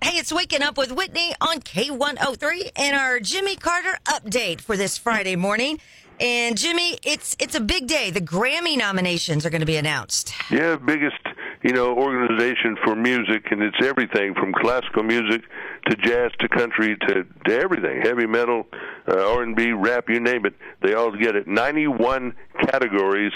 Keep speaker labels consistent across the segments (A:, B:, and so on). A: It's Waking Up with Whitney on K103 and our Jimmy Carter update for this Friday morning. And Jimmy, it's it's a big day. The Grammy nominations are going to be announced.
B: Yeah, biggest you know organization for music, and it's everything from classical music to jazz to country to, to everything, heavy metal, uh, R&B, rap, you name it. They all get it. Ninety-one categories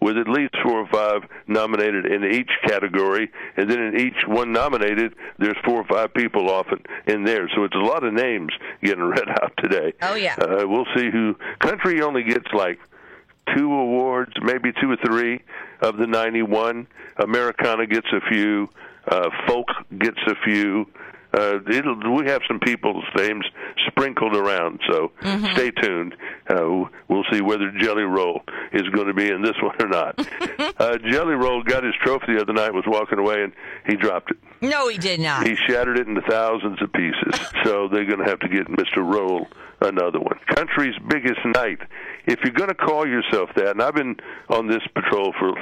B: with at least four or five nominated in each category, and then in each one nominated, there's four or five people often in there. So it's a lot of names getting read out today.
A: Oh, yeah.
B: Uh, we'll see who. Country only gets like two awards, maybe two or three of the 91. Americana gets a few. Uh, folk gets a few. Uh, it'll, we have some people's names sprinkled around, so stay tuned. Uh, we'll see whether Jelly Roll is going to be in this one or not. uh, Jelly Roll got his trophy the other night, was walking away, and he dropped it.
A: No, he did not.
B: He shattered it into thousands of pieces. so they're going to have to get Mr. Roll another one. Country's biggest night. If you're going to call yourself that, and I've been on this patrol for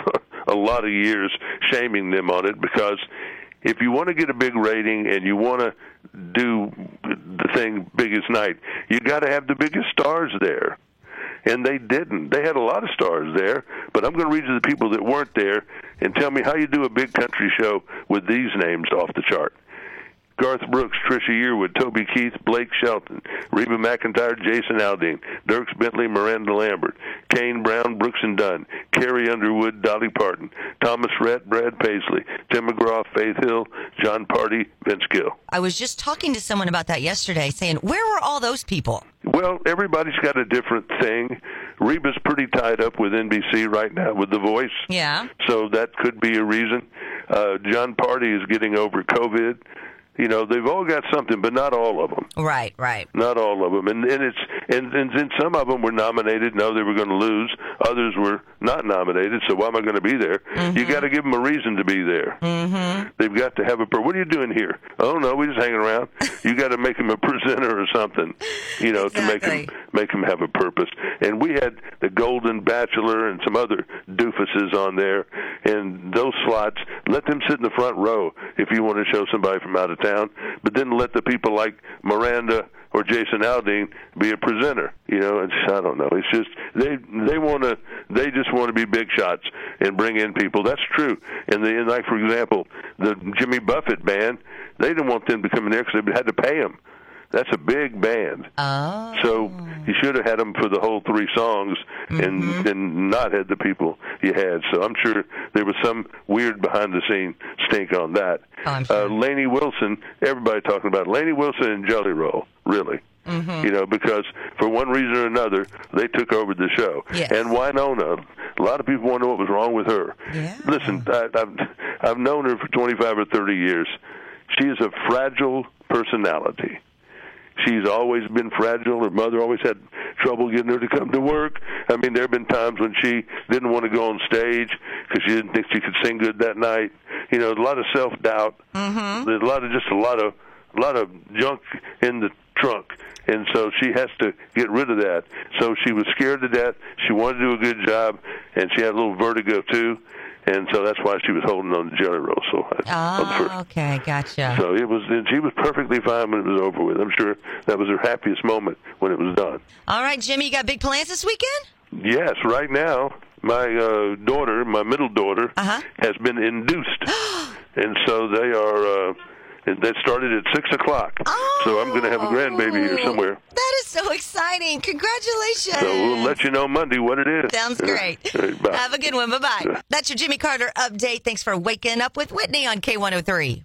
B: a lot of years, shaming them on it because if you want to get a big rating and you want to do the thing biggest night, you got to have the biggest stars there and they didn't. They had a lot of stars there, but I'm going to read you the people that weren't there and tell me how you do a big country show with these names off the chart. Garth Brooks, Trisha Yearwood, Toby Keith, Blake Shelton, Reba McIntyre, Jason Aldean, Dirks Bentley, Miranda Lambert, Kane Brown, Brooks and Dunn, Carrie Underwood, Dolly Parton, Thomas Rhett, Brad Paisley, Tim McGraw, Faith Hill, John Party, Vince Gill.
A: I was just talking to someone about that yesterday, saying, "Where were all those people?"
B: Well, everybody's got a different thing. Reba's pretty tied up with NBC right now with The Voice.
A: Yeah.
B: So that could be a reason. Uh, John Party is getting over COVID. You know, they've all got something, but not all of them.
A: Right, right.
B: Not all of them, and and it's and and then some of them were nominated. No, they were going to lose. Others were not nominated. So why am I going to be there? You
A: Mm-hmm.
B: got to give them a reason to be there. Mm-hmm. They've got to have a. per- What are you doing here? Oh no, we just hanging around. you got to make them a presenter or something. You know, to make
A: Exactly.
B: them make them have a purpose. And we had the Golden Bachelor and some other doofuses on there, and those slots. Let them sit in the front row if you want to show somebody from out of town, but then let the people like Miranda or Jason Aldean be a presenter. You know, it's I don't know. It's just they they want to they just want to be big shots and bring in people. That's true. And the and like for example, the Jimmy Buffett band, they didn't want them to come in there because they had to pay them. That's a big band.
A: Oh.
B: So you should have had them for the whole three songs, and
A: Mm-hmm.
B: and not had the people you had. So I'm sure there was some weird behind the scene stink on that.
A: Oh, I'm sure.
B: uh, Laney Wilson, everybody talking about Laney Wilson and Jelly Roll, really.
A: Mm-hmm.
B: You know, because for one reason or another, they took over the show.
A: Yes.
B: And Winona, a lot of people wonder what was wrong with her.
A: Yeah.
B: Listen, I, I've I've known her for 25 or 30 years. She is a fragile personality. She's always been fragile. Her mother always had trouble getting her to come to work. I mean, there have been times when she didn't want to go on stage because she didn't think she could sing good that night. You know, a lot of self doubt. Mm-hmm. There's a lot of just a lot of a lot of junk in the trunk, and so she has to get rid of that. So she was scared to death. She wanted to do a good job, and she had a little vertigo too, and so that's why she was holding on to Jelly Roll. So on the first
A: Oh, okay, gotcha.
B: so it was. And she was perfectly fine when it was over with. I'm sure that was her happiest moment when it was done.
A: All right, Jimmy, you got big plans this weekend?
B: Yes, right now my uh, daughter, my middle daughter,
A: Uh-huh.
B: has been induced, and so they are. Uh, and that started at six o'clock. So I'm going to have a grandbaby here somewhere.
A: Oh, That is so exciting. Congratulations.
B: So we'll let you know Monday what it is.
A: Sounds
B: All
A: great.
B: right. All right, bye.
A: Have a good one. oh Bye bye. That's your Jimmy Carter update. Thanks for waking up with Whitney on K103.